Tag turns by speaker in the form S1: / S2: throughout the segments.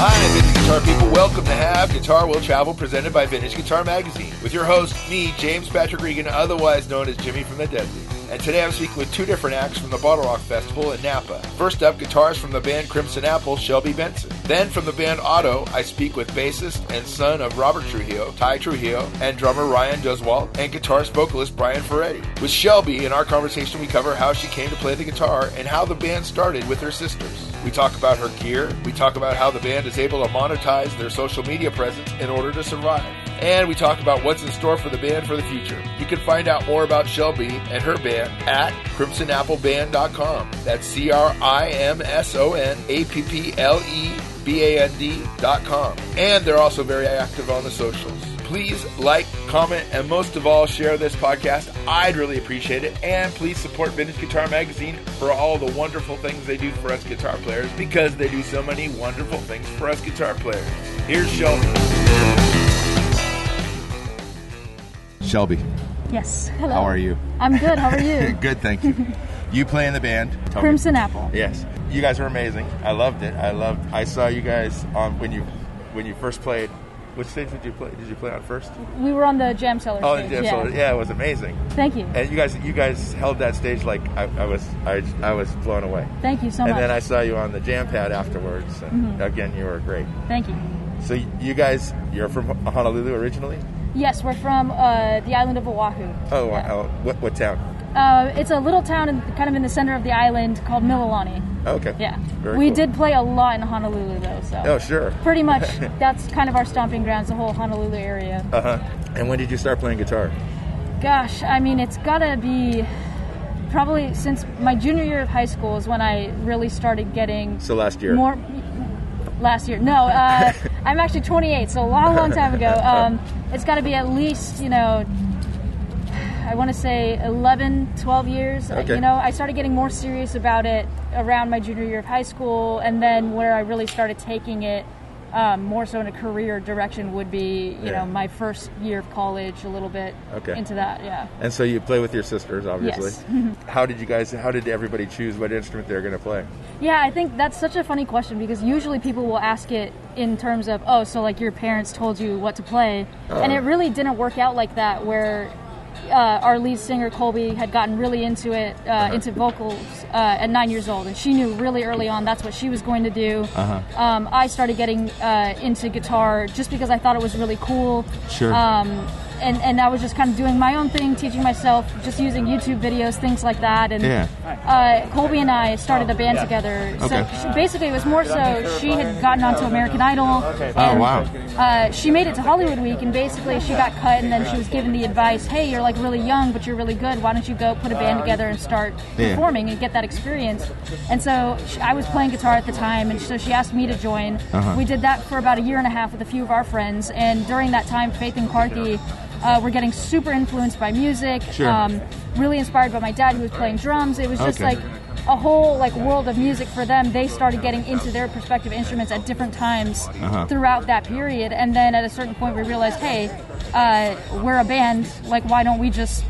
S1: Hi, vintage guitar people. Welcome to Have Guitar Will Travel, presented by Vintage Guitar Magazine, with your host, me, James Patrick Regan, otherwise known as Jimmy from the Deadlies. And today I'm speaking with two different acts from the Bottle Rock Festival in Napa. First up, guitars from the band Crimson Apple, Shelby Benson. Then from the band Otto, I speak with bassist and son of Robert Trujillo, Ty Trujillo, and drummer Ryan Duswalt, and guitarist vocalist Brian Ferretti. With Shelby, in our conversation, we cover how she came to play the guitar and how the band started with her sisters. We talk about her gear. We talk about how the band is able to monetize their social media presence in order to survive. And we talk about what's in store for the band for the future. You can find out more about Shelby and her band at crimsonappleband.com. That's C R I M S O N A P P L E B A N D.com. And they're also very active on the socials please like, comment, and most of all, share this podcast. I'd really appreciate it. And please support Vintage Guitar Magazine for all the wonderful things they do for us guitar players because they do so many wonderful things for us guitar players. Here's Shelby. Shelby,
S2: Yes. Hello.
S1: how are you?
S2: I'm good. How are you?
S1: Good, thank you. You play in the band. Tell me-
S2: Crimson Apple.
S1: Yes. You guys were amazing. I loved it. I loved I saw you guys on when you when you first played. Which stage did you play? Did you play on first?
S2: We were on the jam cellar.
S1: Oh,
S2: stage,
S1: yeah,
S2: yeah.
S1: so- yeah, it was amazing.
S2: Thank you.
S1: And you guys, you guys held that stage like I, I was, I, I was blown away.
S2: Thank you so
S1: and
S2: much. Mm-hmm.
S1: then I saw you on the jam pad afterwards, and again, you were great.
S2: Thank you.
S1: So y- you guys, you're from Ho- Honolulu originally?
S2: Yes, we're from uh, the island of Oahu.
S1: Oh, wow. What, what town?
S2: Uh, it's a little town in, kind of in the center of the island called Mililani.
S1: Oh, okay.
S2: Yeah.
S1: Very
S2: we
S1: cool.
S2: did play a lot in Honolulu though, so
S1: Oh, sure.
S2: pretty much that's kind of our stomping grounds, the whole Honolulu area.
S1: Uh huh. And when did you start playing guitar?
S2: Gosh, I mean, it's gotta be probably since my junior year of high school is when I really started getting
S1: So last year.
S2: More last year. No, uh, I'm actually 28, so a long, long time ago. Um, it's got to be at least, you know, I want to say 11, 12 years. Uh,
S1: Okay.
S2: You know, I started getting more serious about it around my junior year of high school, and then where I really started taking it. Um, more so in a career direction would be, you
S1: Yeah.
S2: know, my first year of college, a little bit
S1: Okay.
S2: into that, yeah.
S1: And so you play with your sisters, obviously.
S2: Yes.
S1: how did you guys? How did everybody choose what instrument they're going to play?
S2: Yeah, I think that's such a funny question because usually people will ask it in terms of, oh, so like your parents told you what to play.
S1: Uh-huh.
S2: And it really didn't work out like that, where uh, our lead singer Colby had gotten really into it, uh,
S1: Uh-huh.
S2: into vocals uh, at nine years old. And she knew really early on that's what she was going to do. Uh-huh. Um, I started getting uh, into guitar just because I thought it was really cool.
S1: Sure.
S2: Um, and, and I was just kind of doing my own thing, teaching myself, just using YouTube videos, things like that. And
S1: Yeah.
S2: uh, Colby and I started a band together. So
S1: Oh, Okay.
S2: she, basically, it was more so she had gotten onto American Idol. and,
S1: Oh, wow.
S2: Uh, she made it to Hollywood Week, and basically she got cut, and then she was given the advice, "Hey, you're like really young, but you're really good. Why don't you go put a band together and start
S1: Uh, Yeah.
S2: performing and get that experience?" And so she, I was playing guitar at the time, and so she asked me to join.
S1: Uh-huh.
S2: We did that for about a year and a half with a few of our friends, and during that time, Faith and Carthy. Uh, were getting super influenced by music,
S1: Sure.
S2: um, really inspired by my dad who was playing drums. It was just
S1: Okay.
S2: like a whole like world of music for them. They started getting into their perspective instruments at different times
S1: Uh-huh.
S2: throughout that period, and then at a certain point we realized, hey, uh, we're a band. Like, why don't we just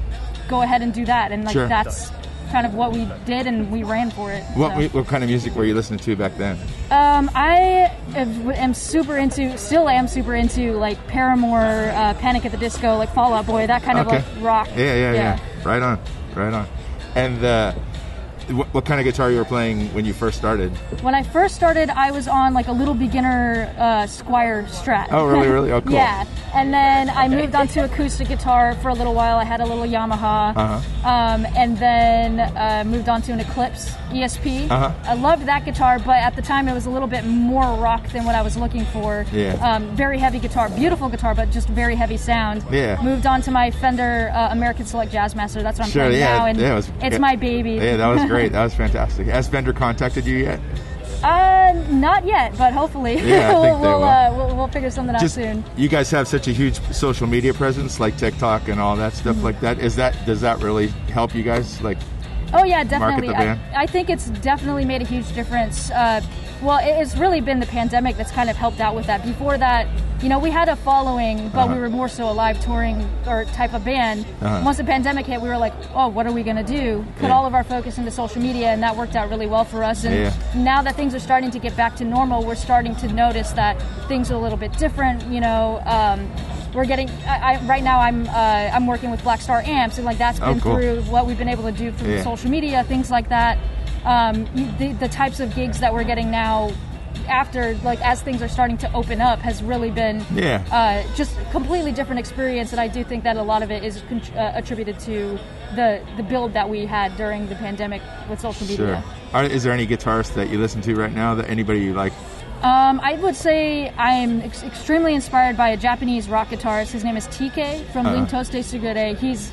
S2: go ahead and do that? And like
S1: Sure.
S2: that's kind of what we did, and we ran for it. so.
S1: what kind of music were you listening to back then?
S2: Um, I am am super into, still am super into like Paramore, uh, Panic at the Disco, like Fall Out Boy, that kind
S1: Okay.
S2: of like rock.
S1: Yeah, yeah, yeah, Right on, right on. And uh, what, what kind of guitar you were playing when you first started?
S2: When I first started, I was on like a little beginner uh, Squire Strat.
S1: Oh, really, really? Oh, cool.
S2: yeah. And then I moved on to acoustic guitar for a little while. I had a little Yamaha.
S1: Uh-huh.
S2: Um, and then uh, moved on to an Eclipse ESP.
S1: Uh-huh.
S2: I loved that guitar, but at the time it was a little bit more rock than what I was looking for.
S1: Yeah.
S2: Um, very heavy guitar, beautiful guitar, but just very heavy sound.
S1: Yeah.
S2: Moved on to my Fender uh, American Select Jazzmaster. That's what I'm
S1: Sure,
S2: playing
S1: yeah,
S2: now, and
S1: yeah, it was-
S2: it's my baby.
S1: Yeah, that was great. That was fantastic. Has Fender contacted you yet?
S2: Uh, not yet, but hopefully
S1: Yeah, I
S2: we'll,
S1: think they
S2: we'll,
S1: will.
S2: Uh, we'll we'll figure something out soon.
S1: you guys have such a huge social
S2: Mm-hmm.
S1: media presence, like TikTok and all that stuff like that. Is that does that really help you guys? Like,
S2: Oh yeah, definitely.
S3: the band?
S2: I, I think it's definitely made a huge difference. Uh, well, it- it's really been the pandemic that's kind of helped out with that. Before that, you know, we had a following, but we were more so a live touring or type of band.
S3: Uh-huh.
S2: Once the pandemic hit, we were like, oh, what are we gonna do? Put
S3: Yeah.
S2: all of our focus into social media, and that worked out really well for us. And
S3: Yeah.
S2: now that things are starting to get back to normal, we're starting to notice that things are a little bit different. You know. Um, we're getting I, I, right now. I'm uh, I'm working with Black Star Amps, and like that's
S3: Oh,
S2: been
S3: cool.
S2: through what we've been able to do through
S3: Yeah.
S2: social media, things like that. Um, you- the, the types of gigs that we're getting now, after like as things are starting to open up, has really been
S3: Yeah.
S2: uh, just completely different experience. And I do think that a lot of it is con- uh, attributed to the the build that we had during the pandemic with social
S3: Sure.
S2: media.
S3: Are, is there any guitarist that you listen to right now that anybody you like?
S2: Um, I would say I'm ex- extremely inspired by a Japanese rock guitarist. His name is TK from
S3: Uh-huh.
S2: uh Sugure. He's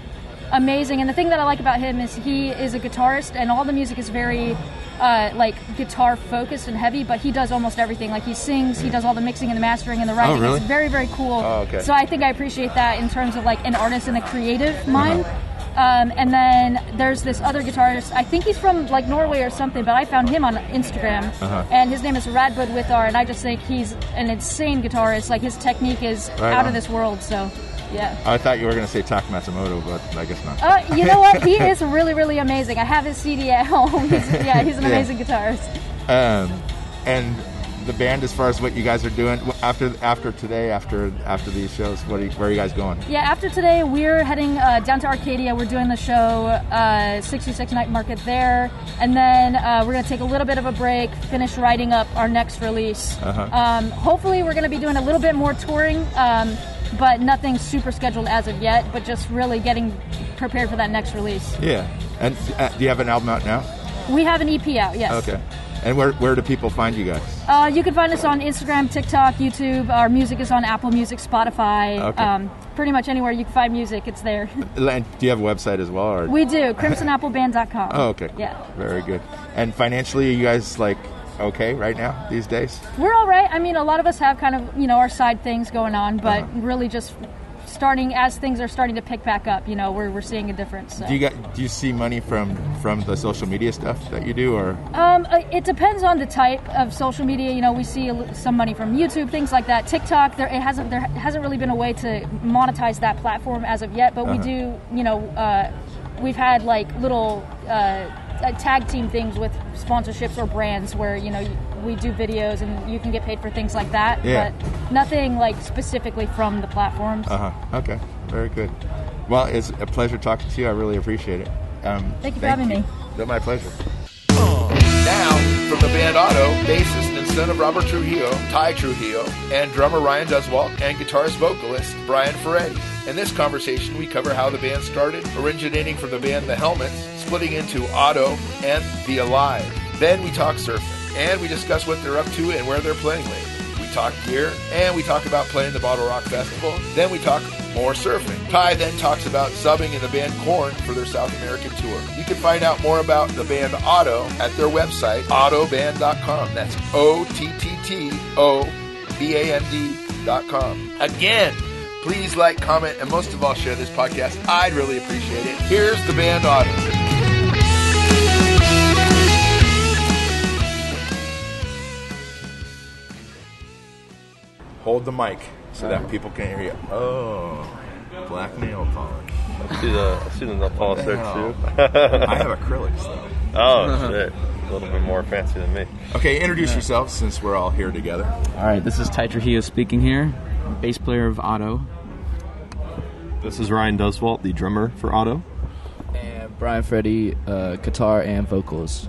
S2: amazing, and the thing that I like about him is he is a guitarist, and all the music is very uh, like guitar focused and heavy. But he does almost everything. Like he sings, he does all the mixing and the mastering and the writing.
S3: Oh, really?
S2: It's very very cool.
S1: Oh, okay.
S2: So I think I appreciate that in terms of like an artist and a
S3: Uh-huh.
S2: creative mind. Um, and then there's this other guitarist. I think he's from like Norway or something, but I found him on Instagram,
S3: Uh-huh.
S2: and his name is Radbud Withar, and I just think he's an insane guitarist. Like his technique is
S3: Right
S2: out
S3: on.
S2: of this world. So, yeah.
S3: I thought you were going to say Tak Matsumoto, but I guess not.
S2: Uh, you know what? He is really, really amazing. I have his CD at home. He's, yeah, he's an
S3: Yeah.
S2: amazing guitarist.
S3: Um, and the band, as far as what you guys are doing wh- after after today, after after these shows, what are you, where are you guys going?
S2: Yeah, after today, we're heading uh, down to Arcadia. We're doing the show uh, 66 Night Market there. And then uh, we're going to take a little bit of a break, finish writing up our next release.
S3: Uh-huh.
S2: Um, hopefully, we're going to be doing a little bit more touring, um, but nothing super scheduled as of yet, but just really getting prepared for that next release.
S3: Yeah. And uh, do you have an album out now?
S2: We have an EP out, yes.
S3: Okay. And where where do people find you guys?
S2: Uh, you can find us on Instagram, TikTok, YouTube. Our music is on Apple Music, Spotify,
S3: Okay.
S2: um, pretty much anywhere you can find music, it's there.
S3: And do you have a website as well? Or?
S2: we do, crimsonappleband.com.
S3: oh, okay.
S2: Yeah.
S3: Very good. And financially, you guys like okay right now these days?
S2: We're all right. I mean, a lot of us have kind of, you know, our side things going on, but
S3: Uh-huh.
S2: really just starting as things are starting to pick back up, you know, we're, we're seeing a difference. So.
S3: Do you got do you see money from from the social media stuff that you do or
S2: Um, uh, it depends on the type of social media. You know, we see a l- some money from YouTube, things like that. TikTok, there it hasn't there hasn't really been a way to monetize that platform as of yet. But we
S3: Uh-huh.
S2: do, you know, uh, we've had like little uh, uh, tag team things with sponsorships or brands where you know y- we do videos and you can get paid for things like that.
S3: Yeah.
S2: But nothing like specifically from the platforms.
S3: Uh huh. Okay. Very good. Well, it's a pleasure talking to you. I really appreciate it. Um,
S2: Thank you for having me.
S3: No, my pleasure.
S1: Now, from the band Otto, bassist and son of Robert Trujillo, Ty Trujillo, and drummer Ryan Duswalt, and guitarist vocalist Brian Ferretti. In this conversation, we cover how the band started, originating from the band The Helmets, splitting into Otto and The Alive. Then we talk surfing, and we discuss what they're up to and where they're playing lately. We talk gear, and we talk about playing the Bottle Rock Festival. Then we talk more surfing. Ty then talks about subbing in the band Korn for their South American tour. You can find out more about the band Otto at their website, autoband.com. That's O T T T O B A N D.com. Again, please like, comment, and most of all, share this podcast. I'd really appreciate it. Here's the band Otto.
S3: Hold the mic so that people can hear you. Oh, black nail polish.
S4: See the I see the nail polish there
S3: Wow.
S4: too.
S3: I have acrylics though.
S4: Oh shit, a little bit more fancy than me.
S3: Okay, introduce yourself since we're all here together.
S5: All right, this is Ty Trujillo speaking here, bass player of Auto.
S4: This is Ryan Duswalt, the drummer for Auto.
S6: And Brian Freddy, uh, guitar and vocals.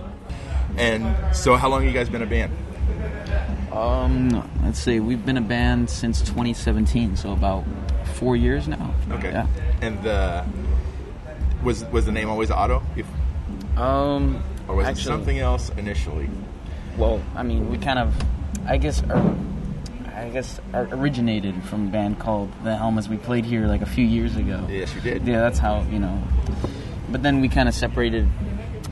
S3: And so, how long you guys been a band?
S5: Um, let's see, we've been a band since 2017, so about four years now.
S3: Okay.
S5: Yeah.
S3: And the was was the name always Auto, If-
S5: Um,
S3: or was
S5: actually,
S3: it something else initially?
S5: Well, I mean, we kind of, I guess, or, I guess, or- originated from a band called The Helmets. We played here like a few years ago.
S3: Yes, you did.
S5: Yeah, that's how you know. But then we kind of separated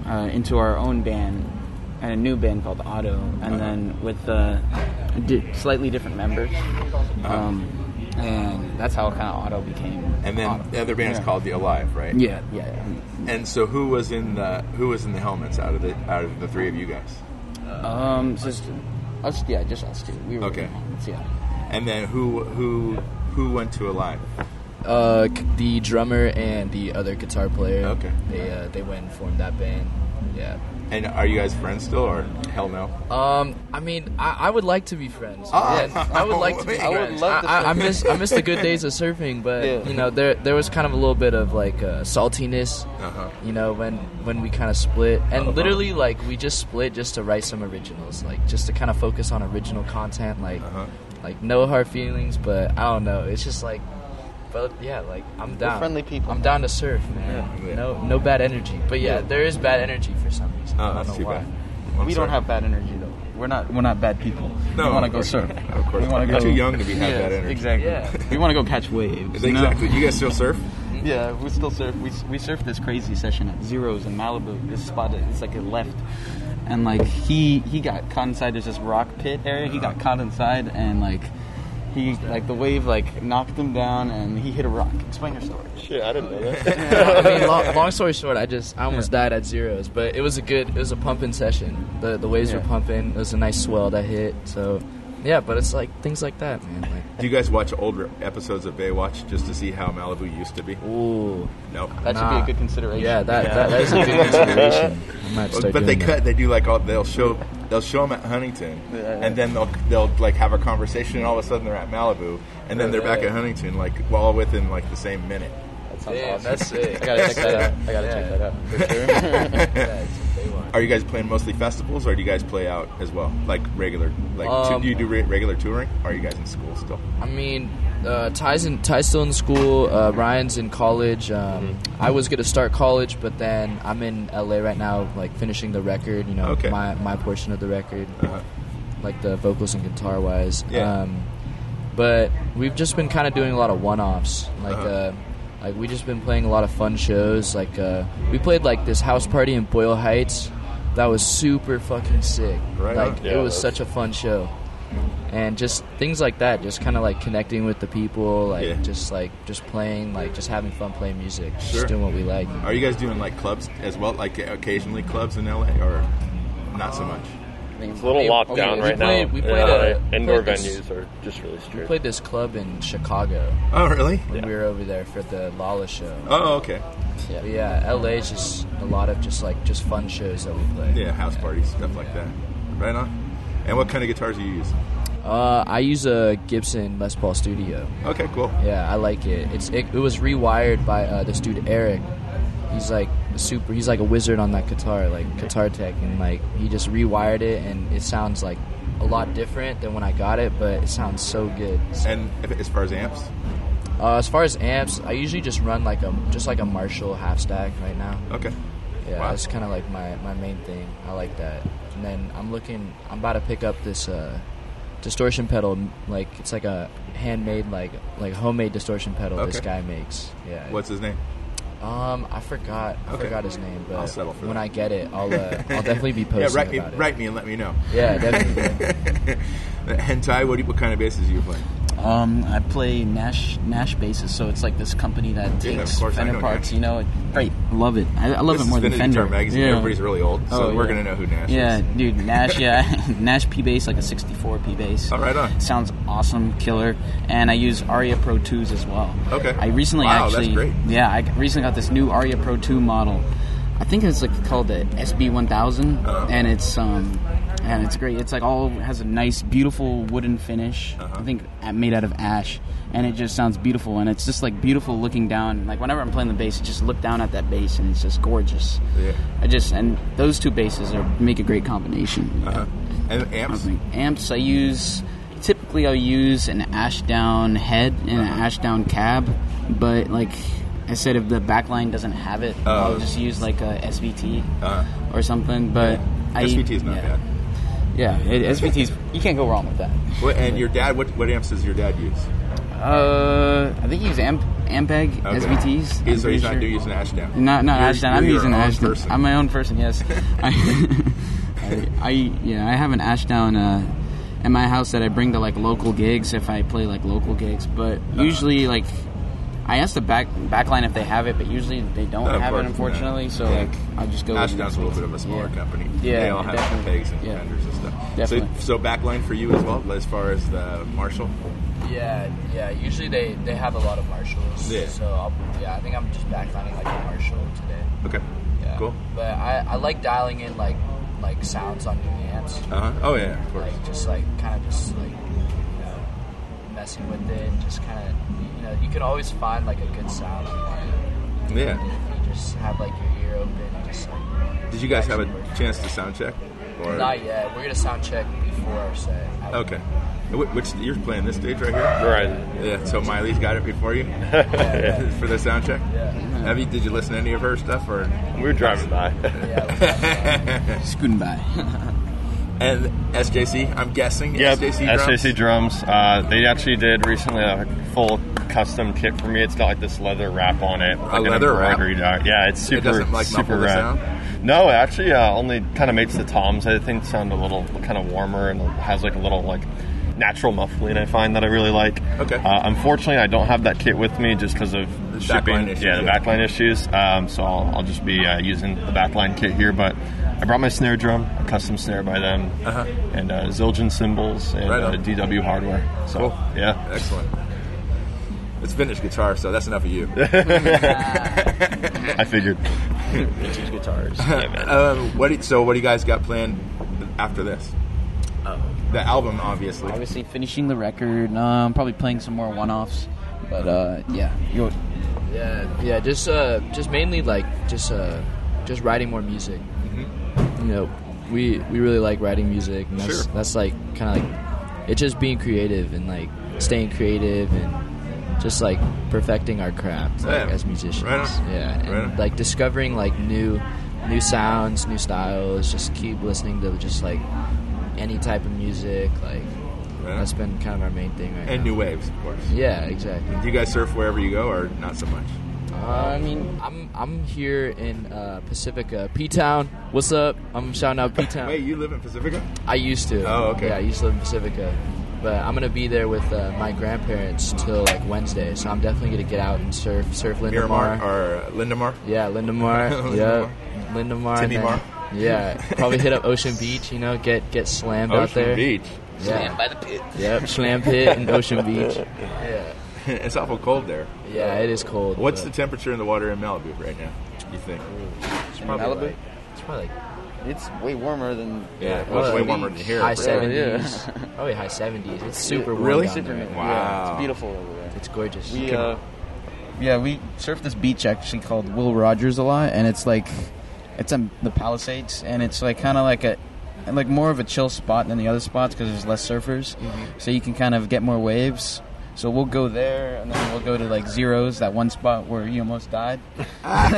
S5: uh, into our own band and a new band called
S3: Uh-huh.
S5: Auto, and then with uh, di- slightly different members. Um, and that's how kind of auto became.
S3: Uh-huh. And then
S5: Auto.
S3: the other band's
S5: Yeah.
S3: called the Alive, right?
S5: Yeah, yeah, yeah.
S3: And so who was in the who was in the helmets out of the out of the three of you guys?
S5: Um, so just us, yeah, just us two. We were
S3: Okay.
S5: in helmets, yeah.
S3: And then who who who went to Alive?
S6: Uh, c- the drummer and the other guitar player.
S3: Okay.
S6: They uh, they went and formed that band. Yeah.
S3: And are you guys friends still or hell no?
S6: Um, I mean, I, I would like to be friends.
S3: Ah.
S6: Yeah, I would like to be
S3: I would
S6: friends.
S7: love to
S6: I, I, I miss I miss the good days of surfing, but
S7: Yeah.
S6: you know, there there was kind of a little bit of like uh, saltiness.
S3: Uh-huh.
S6: You know, when when we kind of split, and literally like we just split just to write some originals, like just to kind of focus on original content, like like no hard feelings, but I don't know, it's just like. But yeah, like I'm down.
S7: friendly people.
S6: I'm down to surf, man.
S3: Yeah.
S6: No, no bad energy. But yeah,
S7: Yeah.
S6: there is bad energy for some reason. I
S3: Oh,
S6: don't
S3: that's
S6: know
S3: too
S6: why.
S3: bad. I'm
S7: we
S3: sorry.
S7: don't have bad energy though.
S5: We're not we're not bad people.
S3: No,
S5: we want to
S3: of
S5: go
S3: course
S5: surf.
S3: not. Of course
S5: we want
S3: not.
S5: to
S3: You're
S5: go.
S3: too young to be have
S5: Yeah,
S3: that energy.
S5: Exactly.
S6: Yeah.
S5: We want to go catch waves. you know?
S3: Exactly. You guys still surf?
S5: Yeah, we still surf. We, we surfed this crazy session at Zeros in Malibu. This spot, that- it's like a left, and like he he got caught inside. There's this rock pit area. He got caught inside, and like he like the wave like knocked him down, and he hit a rock. Explain your story.
S7: Shit, I didn't know that.
S6: I mean, long, long story short, I just I almost died at zeros, but it was a good, it was a pumping session. The the waves were
S5: Yeah.
S6: pumping. It was a nice swell that hit. So, yeah, but it's like things like that, man. Like,
S3: Do you guys watch older episodes of Baywatch just to see how Malibu used to be?
S6: ooh,
S3: No.
S5: That should be
S6: Nah.
S5: a good consideration.
S6: yeah, that that, that is a good consideration. I might
S3: Well,
S6: start
S3: but they
S6: doing that.
S3: cut. They do like all. They'll show. They'll show them at Huntington, and then they'll they'll like have a conversation, and all of a sudden they're at Malibu, and then they're back at Huntington, like all within like the same minute.
S5: That sounds
S6: Damn,
S5: awesome.
S6: that's sick.
S7: I gotta check that out. I gotta check that out.
S3: Are you guys playing mostly festivals, or do you guys play out as well, like regular? Like
S6: Um,
S3: do you do re- regular touring? Or are you guys in school still?
S6: I mean, uh, Ty's in Ty's still in school. Uh, Ryan's in college. Um,
S3: Mm-hmm.
S6: I was gonna start college, but then I'm in LA right now, like finishing the record. You know,
S3: Okay.
S6: my my portion of the record,
S3: Uh-huh.
S6: like the vocals and guitar wise.
S3: Yeah.
S6: Um, but we've just been kind of doing a lot of one-offs, like.
S3: Uh-huh.
S6: uh like we just been playing a lot of fun shows. Like uh, we played like this house party in Boyle Heights, that was super fucking sick.
S3: Right on.
S6: Like
S7: Yeah,
S6: it was
S7: that's-
S6: such a fun show and just things like that just kind of like connecting with the people like
S3: Yeah.
S6: just like just playing like just having fun playing music
S3: Sure.
S6: just doing what we like
S3: Are you guys doing like clubs as well, like occasionally clubs in LA, or not so much?
S7: It's a little
S6: They-
S7: lockdown
S6: we
S7: right
S6: played-
S7: now.
S6: we
S7: Yeah,
S6: played, uh,
S7: like, indoor
S6: played this-
S7: venues are just really
S6: we
S7: strict.
S6: played this club in chicago
S3: Oh, really?
S6: when we were over there for the lala show
S3: Oh, okay.
S6: yeah, but yeah la is just a lot of just like just fun shows that we play
S3: Yeah, house parties, stuff like that. Right on. And what kind of guitars do you use?
S6: uh, i use a gibson les paul studio
S3: Okay, cool.
S6: Yeah, I like it. It's it, it was rewired by uh, this dude Eric. He's like a super. He's like a wizard on that guitar, like guitar tech, and like he just rewired it, and it sounds like a lot different than when I got it, but it sounds so good.
S3: And if- as far as amps,
S6: Uh, as far as amps, I usually just run like a just like a Marshall half stack right now.
S3: okay.
S6: Yeah,
S3: Wow.
S6: that's kind of like my, my main thing. I like that. And then I'm looking. I'm about to pick up this uh, distortion pedal. Like it's like a handmade, like like homemade distortion pedal this
S3: Okay.
S6: guy makes. Yeah.
S3: What's his name?
S6: Um, I forgot. I
S3: Okay.
S6: forgot his name, but
S3: I'll settle for
S6: when
S3: that.
S6: I get it, I'll uh, I'll definitely be posting
S3: Yeah, write me,
S6: about it.
S3: write me, and let me know.
S6: Yeah, definitely.
S3: Hentai, what, do you- what kind of basses do you play?
S5: Um, I play Nash Nash basses, so it's like this company that
S3: Yeah, of
S5: takes
S3: course, I
S5: Fender
S3: know
S5: parts.
S3: Nash.
S5: You know, it, great. Love it. I, I love
S3: this
S5: it more
S3: has
S5: than
S3: been in
S5: Fender.
S3: Guitar magazine.
S5: Yeah.
S3: Everybody's really old, so
S5: Oh,
S3: we're
S5: yeah.
S3: gonna know who Nash
S5: Yeah,
S3: is.
S5: dude, Nash, yeah, Nash P bass, like a 64 P bass.
S3: Oh, right on.
S5: Sounds awesome, killer. And I use Aria Pro 2s as well.
S3: Okay.
S5: I recently
S3: Wow, that's
S5: actually,
S3: great.
S5: yeah, I recently got this new Aria Pro 2 model. I think it's like called the SB1000,
S3: Uh-huh.
S5: and it's um, and it's great. It's like all has a nice, beautiful wooden finish.
S3: Uh-huh.
S5: I think a- made out of ash, and it just sounds beautiful. And it's just like beautiful looking down. Like whenever I'm playing the bass, I just look down at that bass, and it's just gorgeous.
S3: Yeah.
S5: I just and those two bases are make a great combination.
S3: Uh-huh. And
S5: I
S3: amps.
S5: think amps I use typically I'll use an Ashdown head and an
S3: Uh-huh.
S5: Ashdown cab, but like I said, if the backline doesn't have it, I'll just use like a SVT
S3: Oh. Uh-huh.
S5: or something. But I,
S3: SVT is not
S5: yeah.
S3: bad.
S5: Yeah, it, SVT's you can't go wrong with that.
S3: What, and your dad, what, what amps does your dad use?
S5: Uh, I think you use amp Ampeg
S3: Okay.
S5: SVTs. I'm
S3: He's, he's
S5: pretty
S3: not
S5: sure.
S3: doing using Nash now.
S5: No, not
S3: You're-
S5: Ashdown.
S3: you're
S5: I'm
S3: your
S5: using
S3: own
S5: Ashdown.
S3: person.
S5: I'm my own person. Yes. I, I, I, yeah, I have an Ashdown uh, at my house that I bring to like local gigs if I play like local gigs. But
S3: Uh-huh.
S5: usually, like, I ask the back backline if they have it, but usually they don't
S3: Of
S5: have
S3: course,
S5: it, unfortunately.
S3: yeah.
S5: So
S3: Yeah.
S5: like, I just go. with-
S3: Ashdown's a little bit of a smaller
S5: Yeah.
S3: company.
S5: Yeah,
S3: they all
S5: yeah,
S3: have
S5: definitely.
S3: pegs and
S5: Yeah.
S3: vendors and stuff.
S5: Definitely.
S3: So, so backline for you as well, as far as the Marshall.
S6: Yeah, yeah. Usually they they have a lot of marshals.
S3: Yeah.
S6: So I'll, yeah, I think I'm just backlining like a marshal today.
S3: Okay,
S6: Yeah.
S3: cool.
S6: But I, I like dialing in like like sounds on new amps.
S3: Uh huh. Oh yeah, of course.
S6: Like just like kind of just like you know, messing with it and just kind of you know you can always find like a good sound.
S3: Yeah.
S6: If you just have like your ear open and just like.
S3: Did you guys have a chance to sound check? Or
S6: Not yet. We're gonna sound check before our set. I-
S3: okay. Wh- Which you're playing this stage right here?
S7: Right.
S3: Yeah. So Miley's got it before you for the sound check.
S6: Yeah.
S3: Have you? Did you listen to any of her stuff or?
S7: We were driving by.
S6: Yeah.
S5: Scooting by.
S3: And SJC, I'm guessing.
S4: Yep,
S3: SJC drums?
S4: SJC drums. Uh, they actually did recently a full custom kit for me. It's got like this leather wrap on it. Like an
S3: leather wrap?
S4: embroidery dot. Yeah, it's super,
S3: It doesn't, like,
S4: super
S3: muffle the
S4: rad.
S3: sound?
S4: No, it actually uh, only kind of makes the toms, I think, sound a little kind of warmer and has like a little like natural muffling I find that I really like.
S3: Okay.
S4: Uh, unfortunately, I don't have that kit with me just because of
S3: The
S4: shipping.
S3: backline issues,
S4: yeah, the
S3: yeah.
S4: backline issues. Um, so I'll, I'll just be uh, using the backline kit here, but. I brought my snare drum, a custom snare by them,
S3: Uh-huh.
S4: and uh, Zildjian cymbals and
S3: Right
S4: uh,
S3: on.
S4: DW hardware. So
S3: Cool.
S4: yeah,
S3: Excellent. It's vintage guitar, so that's enough of you.
S4: I figured.
S7: Vintage guitars.
S3: um, what? Do, so what do you guys got planned after this? The album, obviously.
S5: Obviously, finishing the record. Um, probably playing some more one-offs. But uh, yeah, you're,
S6: Yeah, yeah, just uh, just mainly like just uh, just writing more music. You know, we we really like writing music, and that's
S3: Sure.
S6: that's like kind of like it's just being creative and like staying creative and just like perfecting our craft like,
S3: Yeah.
S6: as musicians.
S3: Right on.
S6: Yeah, and
S3: Right on.
S6: like discovering like new new sounds, new styles. Just keep listening to just like any type of music. Like
S3: Right on.
S6: that's been kind of our main thing right
S3: and
S6: now.
S3: new waves, of course.
S6: yeah, exactly. Uh,
S3: Do you guys surf wherever you go, or not so much?
S6: I mean, I'm I'm here in uh, Pacifica, P Town. What's up? I'm shouting out P
S3: Wait,
S6: Town.
S3: you live in Pacifica?
S6: I used to.
S3: Oh, okay.
S6: Yeah, I used to live in Pacifica, but I'm gonna be there with uh, my grandparents till like Wednesday. So I'm definitely gonna get out and surf, surf
S3: Miramar
S6: Lindemar.
S3: or Lindemar?
S6: yeah, Lindemar.
S3: Lindemar.
S6: yeah, Lindemar. and then-
S3: Timmymar.
S6: Yeah, probably hit up Ocean Beach. You know, get get slammed out
S3: Ocean
S6: there.
S3: Beach.
S6: Yeah. by the pit. Yep, slam pit and Ocean Beach. Yeah.
S3: it's awful cold there.
S6: Yeah, it is cold.
S3: What's the
S6: but
S3: temperature in the water in Malibu right now? You think?
S6: it's
S5: Malibu?
S6: like- it's probably like
S5: it's way warmer than
S3: Yeah,
S6: well,
S3: it's way
S6: beach.
S3: warmer than here.
S6: high
S3: bro.
S6: seventies, probably high seventies. It's super warm
S3: Really?
S6: down
S3: Super
S6: there.
S3: Wow.
S5: Yeah, it's beautiful over there.
S6: It's gorgeous.
S5: We uh, yeah, we surfed this beach actually called Will Rogers a lot, and it's like it's on the Palisades, and it's like kind of like a like more of a chill spot than the other spots because there's less surfers,
S3: Mm-hmm.
S5: so you can kind of get more waves. So we'll go there, and then we'll go to like Zeros, that one spot where you almost died. we go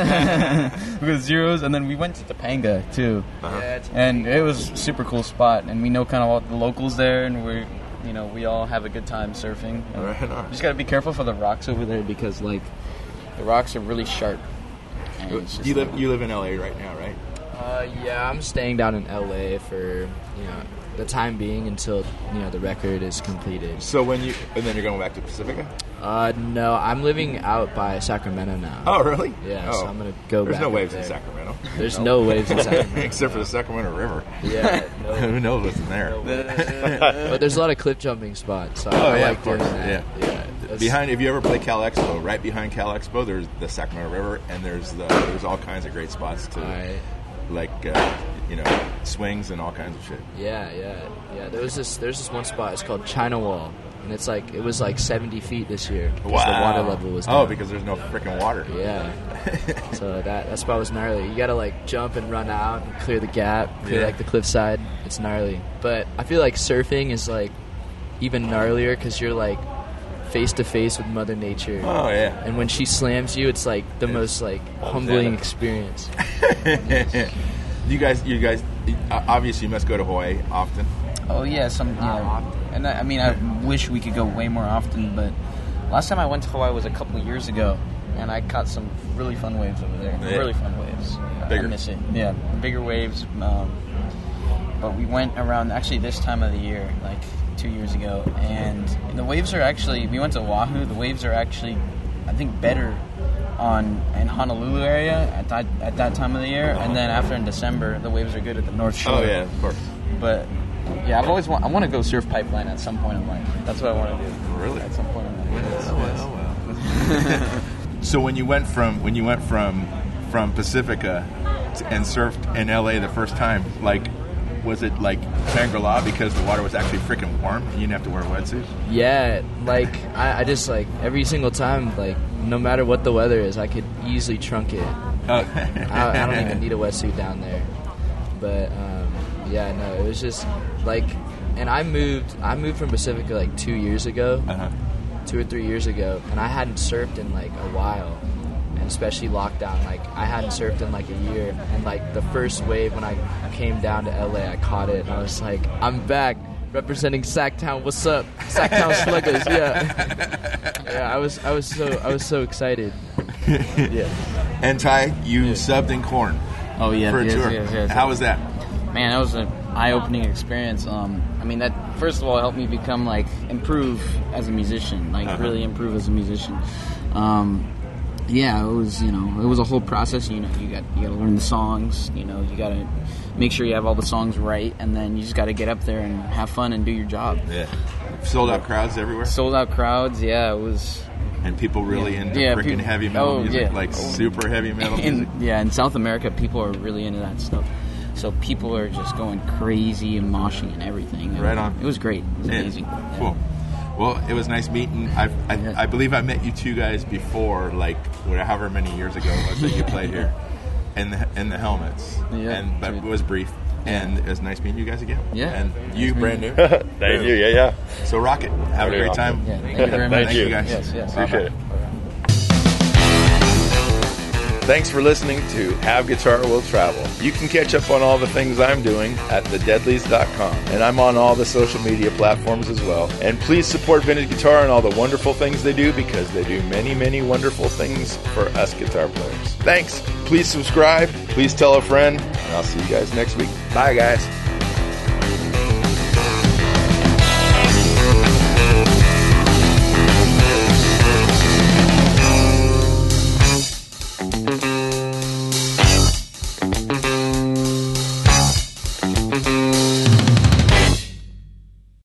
S5: to Zeros, and then we went to Topanga too,
S3: Uh-huh.
S6: yeah, it's,
S5: and it was a super cool spot. And we know kind of all the locals there, and we, are you know, we all have a good time surfing. And
S3: Right on.
S5: you just gotta be careful for the rocks over there because like the rocks are really sharp. And it's just,
S3: You
S5: like,
S3: live you live in LA right now, right?
S6: uh, yeah, I'm staying down in LA for you know the time being until you know the record is completed.
S3: So when you and then you're going back to Pacifica?
S6: Uh, no, I'm living out by Sacramento now.
S3: Oh, really?
S6: Yeah,
S3: Oh.
S6: so I'm gonna go
S3: There's
S6: back
S3: no
S6: up
S3: waves in
S6: there.
S3: Sacramento,
S6: There's no waves in Sacramento.
S3: except for the Sacramento River.
S6: yeah, no.
S3: Who knows what's in there?
S6: but there's a lot of cliff jumping spots. So
S3: Oh,
S6: I
S3: yeah,
S6: like
S3: of
S6: doing
S3: course,
S6: that.
S3: yeah.
S6: that's-
S3: Behind, if you ever play Cal Expo, right behind Cal Expo, there's the Sacramento River, and there's the there's all kinds of great spots to
S6: All right.
S3: like uh, you know swings and all kinds of shit.
S6: Yeah, yeah, yeah. There was this. There's this one spot. It's called China Wall, and it's like it was like 70 feet this year. because The water level was.
S3: oh
S6: down.
S3: because there's no freaking water.
S6: Yeah. so that that spot was gnarly. You gotta like jump and run out and clear the gap, clear
S3: Yeah.
S6: like the cliffside. It's gnarly. But I feel like surfing is like even gnarlier because you're like face to face with Mother Nature.
S3: Oh yeah.
S6: And when she slams you, it's like the most like humbling experience.
S3: You guys, you guys, uh, obviously you must go to Hawaii often.
S5: oh yeah, some yeah. And I, I mean, I wish we could go way more often, but last time I went to Hawaii was a couple of years ago, and I caught some really fun waves over there.
S3: Yeah.
S5: Really fun waves. I-
S3: Bigger.
S5: I miss it. Yeah, bigger waves. Um, but we went around actually this time of the year, like two years ago, and the waves are actually. We went to Oahu. The waves are actually, I think, better on in Honolulu area at that at that time of the year, and then after in December, the waves are good at the North Shore.
S3: Oh yeah, of course.
S5: But yeah, I've always want, I want to go surf pipeline at some point in life. That's what I want to do.
S3: Really?
S5: At some point in life. Yes, yes.
S3: So when you went from when you went from from Pacifica to, and surfed in LA the first time, like was it like Shangri-La because the water was actually freaking warm and you didn't have to wear a wetsuit?
S6: Yeah, like I, I just like every single time, like no matter what the weather is, I could easily trunk it. I, I don't even need a wetsuit down there. But um, yeah, no, it was just like, and I moved, I moved from Pacifica like two years ago,
S3: Uh-huh.
S6: two or three years ago, and I hadn't surfed in like a while, and especially lockdown. Like I hadn't surfed in like a year, and like the first wave when I came down to LA, I caught it, and I was like, I'm back. Representing Sacktown, what's up, Sacktown Sluggers? Yeah, yeah. I was, I was so, I was so excited.
S3: And Ty, you subbed in corn
S5: Oh yeah.
S3: for a
S5: yes,
S3: tour.
S5: yes, yes,
S3: How
S5: yes.
S3: was that?
S5: man, that was an eye-opening experience. Um, I mean, that first of all helped me become like improve as a musician, like
S3: Uh-huh.
S5: really improve as a musician. Um, yeah, it was you know it was a whole process. You know, you got you got to learn the songs. You know, you got to make sure you have all the songs right, and then you just got to get up there and have fun and do your job.
S3: Yeah. Sold out crowds everywhere,
S5: Sold out crowds. Yeah, it was
S3: and people really into
S5: Yeah,
S3: freaking
S5: people-
S3: heavy metal
S5: oh,
S3: music,
S5: yeah.
S3: like super heavy metal music.
S5: in, yeah, in South America, people are really into that stuff. So people are just going crazy and moshing and everything. And
S3: Right on.
S5: It was great. It was
S3: Yeah.
S5: amazing. Yeah.
S3: Cool. Well, it was nice meeting. I've, I, I believe I met you two guys before, like whatever- however many years ago it was that you played here, in the in the helmets.
S5: Yeah.
S3: And but it was brief. And it was nice meeting you guys again.
S5: Yeah.
S3: And you brand new.
S4: Thank you. Yeah, yeah.
S3: So rock it. Have a
S4: Pretty
S3: great
S4: awesome.
S3: time.
S5: Yeah, thank you very much.
S4: Thank you.
S3: guys.
S5: Yes, yes.
S4: Appreciate it.
S1: Thanks for listening to Have Guitar Will Travel. You can catch up on all the things I'm doing at thedeadlies.com. And I'm on all the social media platforms as well. And please support Vintage Guitar and all the wonderful things they do because they do many, many wonderful things for us guitar players. Thanks. Please subscribe. Please tell a friend. And I'll see you guys next week. Bye, guys.